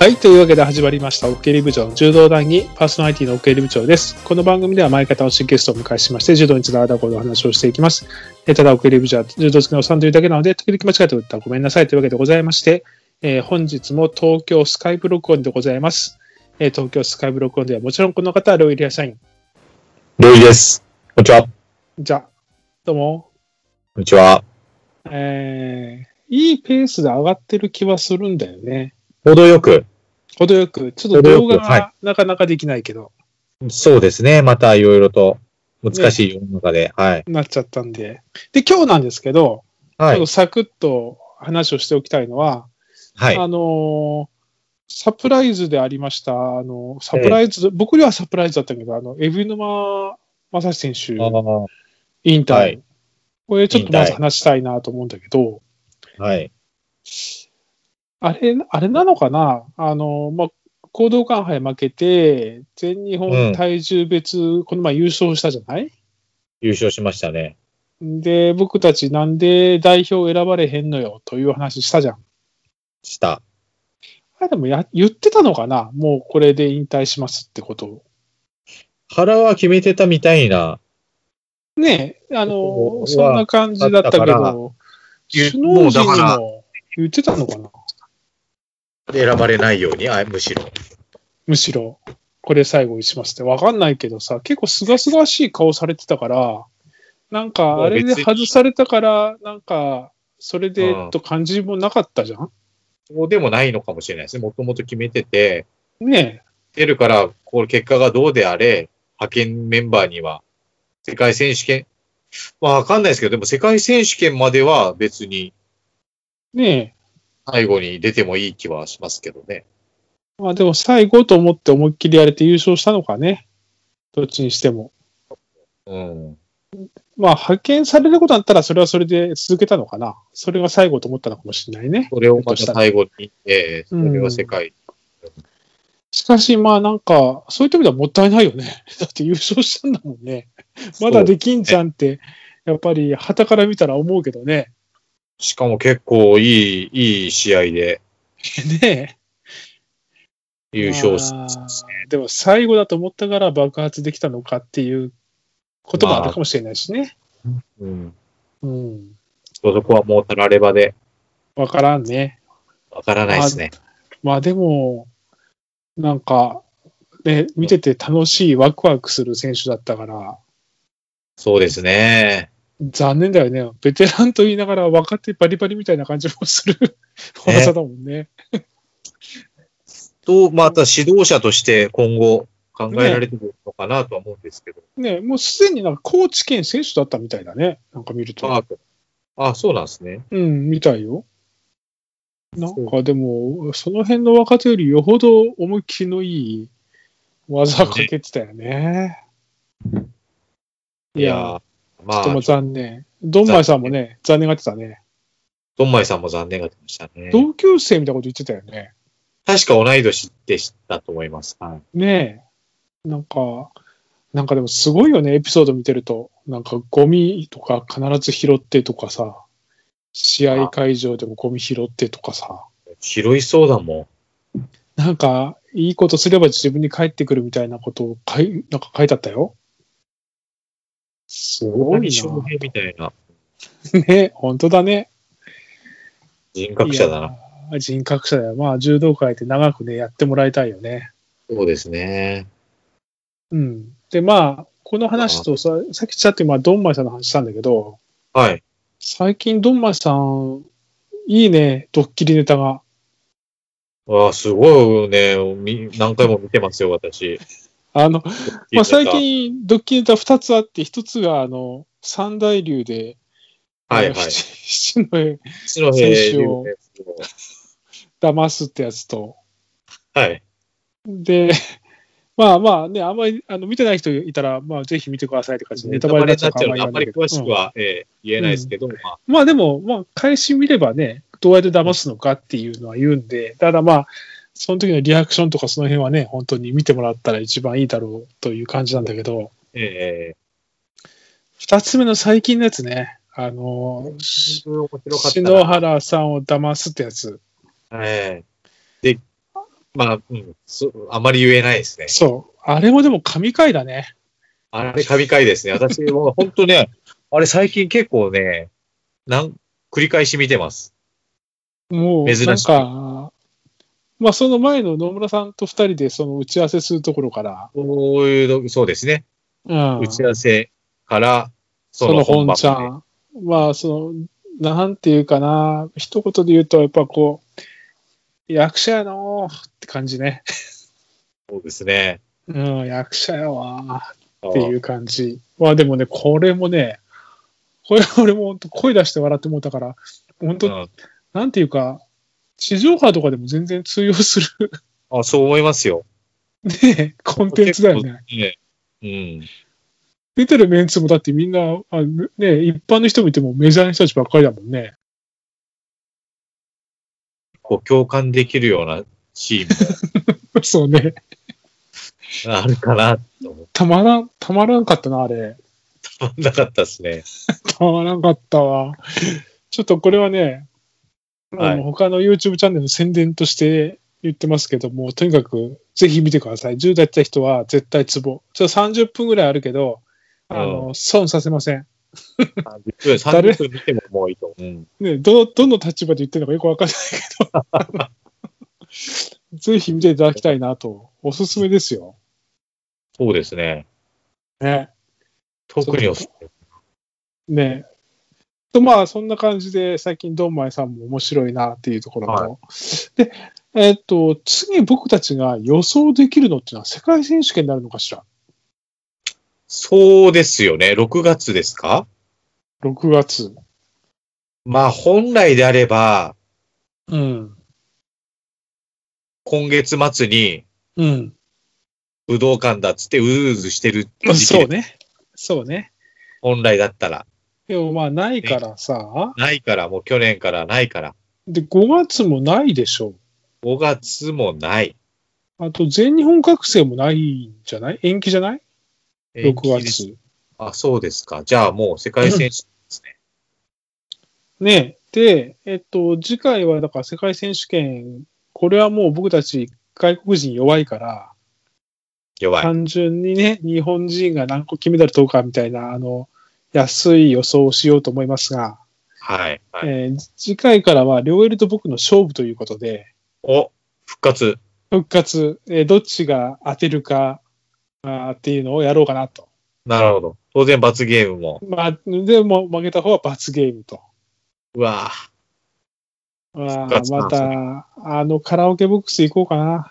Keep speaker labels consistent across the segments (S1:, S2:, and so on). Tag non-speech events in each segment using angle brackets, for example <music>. S1: はい。というわけで始まりました、オケリ部長の柔道談義、パーソナリティのオケリ部長です。この番組では毎方の新ゲストをお迎えしまして、柔道につながったことの話をしていきます。えーただ、オケリ部長は柔道好きのおっさんというだけなので、時々間違えておったらごめんなさいというわけでございまして、えー本日も東京スカイブロックオンでございます。えー東京スカイブロックオンではもちろんこの方はロイリア社員。
S2: ルイです。こんにちは。こ
S1: じゃ、どうも。
S2: んにちは。
S1: えー、いいペースで上がってる気はするんだよね。
S2: 程よく。
S1: 程よく、ちょっと
S2: 程よ
S1: 動
S2: く
S1: 画が
S2: は
S1: なかなかできないけど、
S2: そうですね。またいろいろと難しい世の中で。はい。
S1: なっちゃったんで。で、今日なんですけど、ちょ
S2: は
S1: っ
S2: い
S1: と。サクッと話をしておきたいのは、
S2: はい。
S1: あのーサプライズでありました、あのサプライズ、僕にはサプライズだったけど、あの、エビ沼正史選手、
S2: あー
S1: 引退、
S2: はい
S1: これちょっとまず
S2: 引退
S1: 話したいなと思うんだけど、
S2: はい。
S1: あれ、あれなのかなあの、まあ、行動館杯負けて、全日
S2: う
S1: 本
S2: ん
S1: 体重別、この前優勝したじゃない
S2: 優勝しましたね。
S1: で、僕たちなんで代表選ばれへんのよという話したじゃん。
S2: した。
S1: あれでもや言ってたのかなもうこれで引退しますってことを。
S2: 腹は決めてたみたいな。
S1: ねえ、あ
S2: こ
S1: の、
S2: こは
S1: そんな感じだったけ
S2: だから
S1: ど、
S2: ゆ
S1: 首脳陣
S2: もう
S1: に
S2: だから
S1: も言ってたのかな
S2: 選ばれないように、あむしろ。
S1: むしろ、これ最後にしますって。わかんないけどさ、結構すがすがしい顔されてたから、なんかあれで外されたから、なんか、それで
S2: うん
S1: と感じもなかったじゃん
S2: そうでもないのかもしれないですね。もともと決めてて、
S1: ね
S2: 出るから、これ結果がどうであれ、派遣メンバーには、世界選手権、まあわかんないですけど、でも世界選手権までは別に
S1: え、ね
S2: 最後に出てもいい気はしますけどね。
S1: え。まあでも最後と思って思いっきりやれて優勝したのかね。どっちにしても。
S2: うん。
S1: まあ、派遣されることだったら、それはそれで続けたのかな。それが最後と思ったのかもしれないね。
S2: それをまた最後に、えー、それは世界、
S1: しかし、まあなんか、そういった意味ではもったいないよね。 <laughs> だって優勝したんだもんね。まだ
S2: そう
S1: できんじゃんって、やっぱり、旗から見たら思うけどね。
S2: しかも結構いい、いい試合で
S1: ねえ
S2: 優勝す
S1: まあでも、最後だと思ったから爆発できたのかっていうこともあるかもしれないしね。
S2: うん。
S1: うん。
S2: そこはもうたらればで、
S1: わからんね。
S2: わからないですね。
S1: まあでも、なんか、ね、見てて楽しい、ワクワクする選手だったから、
S2: そうですね。
S1: 残念だよね。ベテランと言いながら若手バリバリみたいな感じもする技だもんね。
S2: と、また指導者として今後考えられてるのかなとは思うんですけど。
S1: ねもうすでになんか高知県選手だったみたいだね。なんか見ると。
S2: ああ、そうなんですね。
S1: うん、みたいよ。なん
S2: そ
S1: かでも、その辺の若手よりよほど思いっきりのいい技かけてたよね。い
S2: い
S1: や、
S2: やー、ま
S1: とも
S2: あ、
S1: 残念。ドンマイさんもね、残念がってたね。
S2: ドンマイさんも残念が出ましたね。
S1: 同級生みたいなこと言ってたよね。
S2: 確か同い年でしたと思います。はい。
S1: ねえ。なんか、なんかでもすごいよね、エピソード見てると。なんかゴミとか必ず拾ってとかさ、試合会場でもゴミ拾ってとかさ、
S2: 拾いそうだもん。
S1: なんかいいことすれば自分に返ってくるみたいなことを書いなんか書いてあったよ。すごい
S2: 翔平みたいな
S1: な。ね、本当だね。
S2: 人格者だな。
S1: いや。人格者だよ。まあ柔道界って長くね、やってもらいたいよね。
S2: そうですね。
S1: うん。で、まあ、この話とさ、さっきちゃって、まあ、ドンマイさんの話したんだけど、
S2: はい。
S1: 最近、ドンマイさん、いいね、ドッキリネタが。
S2: わあ、すごいね。み何回も見てますよ、私。
S1: あの、まあ、最、近、ドッキリネタ2つあって、1つが、あの、三大流で、
S2: はい
S1: あの
S2: はい。
S1: 七七の
S2: 篠の
S1: 選手を騙すってやつと、
S2: はい。
S1: で、 <laughs> まあまあね、あんまりあの見てない人いたら、まあ、ぜひ見てくださいって感じで、
S2: ネタバレになっちゃう
S1: ネタ
S2: の
S1: バレ
S2: で、あんまり
S1: にな
S2: 詳
S1: っちゃ
S2: し
S1: う
S2: く
S1: から
S2: は、えー言えないですけど、まあ、
S1: うんまあでも、まあ、開始見ればね、どうやって騙すのかっていうのは言うんで、ただまあ、その時のリアクションとかその辺はね、本当に見てもらったら一番いいだろうという感じなんだけど、
S2: え
S1: 二つ目の最近のやつね。あのー、し
S2: ー、面白かった
S1: 篠
S2: な。
S1: 原さんを騙すってやつ。
S2: はい。で、まあ、うん、そあまり言えないですね。
S1: そう。あれもでも神回だね。
S2: あれ、神回ですね。私も本当ね、 <laughs> あれ最近結構ね、なん繰り返し見てます。
S1: もう、
S2: 珍しい
S1: なんか、まあその前の野村さんと二人でその打ち合わせするところから、
S2: こういうの、そうですね。
S1: うん、
S2: 打ち合わせから、
S1: その本ちゃ
S2: まで。
S1: ん。まあ、その、なんていうかな、一言で言うと、やっぱこう、役者やのーって感じね。
S2: そうですね。
S1: うん、役者やわー
S2: っ
S1: っていう感じ。まあでもね、これもね、これ俺も本当声出して笑ってもうたから、本当、
S2: うん
S1: なんていうか、地上波とかでも全然通用する
S2: あ、そう思いますよ。
S1: ね、 <laughs> コンテンツだよね。
S2: 結構ね。
S1: 出てるメンツもだってみんな、あね、一般の人見てもメジャーの人たちばっかりだもんね。 <laughs>
S2: うん。こう共感できるようなシー
S1: そうね。
S2: ンもあるかなと <laughs> 思った
S1: まらん、たまらんかったな、あれ。
S2: てなかったですね。
S1: たまらんかったわ。ちょっとこれはね、
S2: はい
S1: あの他の YouTube チャンネルの宣伝として言ってますけども、とにかくぜひ見てください。10代やった人は絶対ツボ。ちょっと30分ぐらいあるけど、あの、損させません。誰
S2: 30分見てももういいと。うん。
S1: ね、ど、どの立場で言ってるのかよくわかんない
S2: <laughs>
S1: けど、 <laughs> ぜひ見ていただきたいなと、おすすめですよ。
S2: そうですね。
S1: ね。
S2: 特におすすめ
S1: ねえ。と、まあ、そんな感じで、最近、ドンマイさんも面白いなっていうところと、
S2: は
S1: で、えーっと、次僕たちが予想できるのっていうのは世界選手権になるのかしら
S2: そうですよね。6月ですか
S1: ?6 月。
S2: まあ本来であれば、
S1: うん。
S2: 今月末に
S1: うん。
S2: 武道館だっつってうずうずしてる時期
S1: そう
S2: で
S1: ね。そうね。
S2: 本来だったら。
S1: でもまあ、ないからさ、
S2: ないから、もう去年からないから。
S1: で、5月もないでしょ
S2: 5月もない。
S1: う。あと、全日本学生もないんじゃない延期じゃない ?6
S2: 延期です
S1: 月。
S2: あ、そうですか。じゃあもう世界選手、
S1: ねで、えっと、次回はだから世界選手権、これはもう僕たち外国人弱いから、
S2: 弱い。
S1: 単純にね、日本人が何個金メダル取るかみたいな、あの、安い予想をしようと思いますが、
S2: はい。はい、
S1: えー次回からは、両襟と僕の勝負ということで、
S2: お、復活。
S1: 復活、えーどっちが当てるか、あーっていうのをやろうかなと。
S2: なるほど。当然罰ゲームも。
S1: まあ、でも負けた方は罰ゲームと。
S2: うわぁ。
S1: まあ、
S2: 復活な
S1: ま
S2: んですね
S1: た、あの、カラオケボックス行こうかな。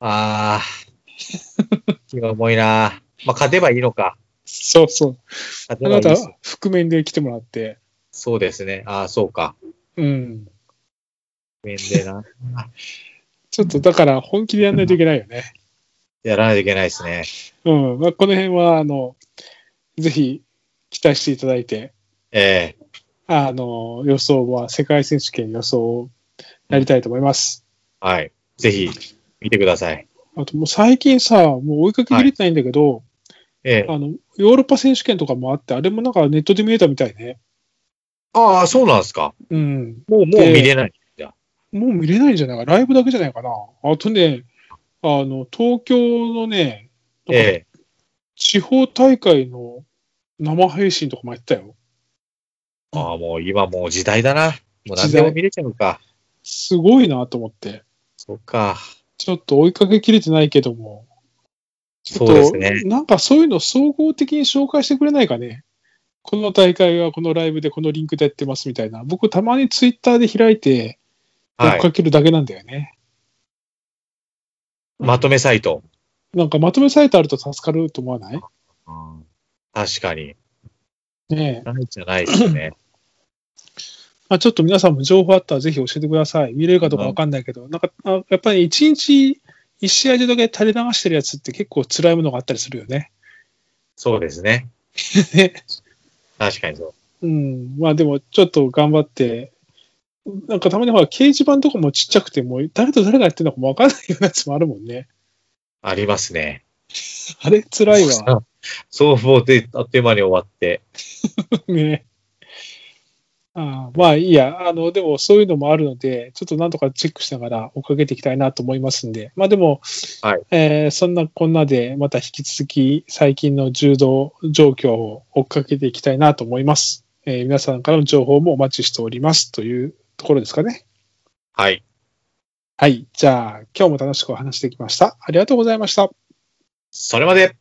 S2: あー。
S1: <laughs>
S2: 気が重いなぁ。まあ勝てばいいのか。
S1: そうそう。
S2: 勝て
S1: あ
S2: ばい
S1: ないた
S2: です。、
S1: 覆面で来てもらって。
S2: そうですね。あー、そうか。
S1: うん。
S2: 面でな。
S1: ちょっと、だから、本気でやんないといけないよね。
S2: やらないといけないですね。
S1: うん。まあ、この辺は、あの、ぜひ、期待していただいて、
S2: ええ
S1: あの、予想は、世界選手権予想をやりたいと思います。
S2: はい。ぜひ、見てください。
S1: あと、もう最近さ、もう追いかけきれてないんだけど、
S2: ええ
S1: あの、ヨーロッパ選手権とかもあって、あれもなんかネットで見えたみたいね。
S2: ああ、そうなんですか。
S1: うん。
S2: もう、もう見れない。
S1: もう見れないんじゃないか。ライブだけじゃないかな。あとね、あの、東京のね、
S2: ええ
S1: 地方大会の生配信とかもやってたよ。
S2: ああ、もう今もう時代だな。もう何でも見れちゃうか。
S1: すごいなと思って。
S2: そっか。
S1: ちょっと追いかけきれてないけども。ちょっ
S2: そうで
S1: と
S2: すね
S1: なんかそういうの総合的に紹介してくれないかね。この大会はこのライブでこのリンクでやってますみたいな。僕たまにツイッターで開いて追
S2: は
S1: っ
S2: い。
S1: かけるだけなんだよね。
S2: まとめサイト。
S1: なんかまとめサイトあると助かると思わない
S2: うん確かに。
S1: ねえ。
S2: ないじゃないで
S1: <laughs>
S2: すね。
S1: まあ、ちょっと皆さんも情報あったらぜひ教えてください。見れるかどうかわかんないけど、なんかあやっぱり一日一試合でだけ垂れ流してるやつって結構辛いものがあったりするよね。
S2: そうで
S1: <laughs>
S2: すね。
S1: ね
S2: 確かにそ
S1: う
S2: う。
S1: ん、まあでもちょっと頑張って、なんかたまにほら、掲示板とかもちっちゃくて、もう誰と誰がやってるのかもわからないようなやつもあるもんね。
S2: ありますね。
S1: <laughs> あれ、辛
S2: <laughs>
S1: い <laughs> わ。
S2: そう、もうで、あっという間に終わって。
S1: ね。あーまあいいや、あの、でもそういうのもあるので、ちょっとなんとかチェックしながら追っかけていきたいなと思いますんで、まあでも、
S2: はい
S1: えーそんなこんなで、また引き続き最近の柔道状況を追っかけていきたいなと思います。えー皆さんからの情報もお待ちしておりますというところですかね。
S2: はい。
S1: はい。じゃあ、今日も楽しくお話しできました。ありがとうございました。
S2: それまで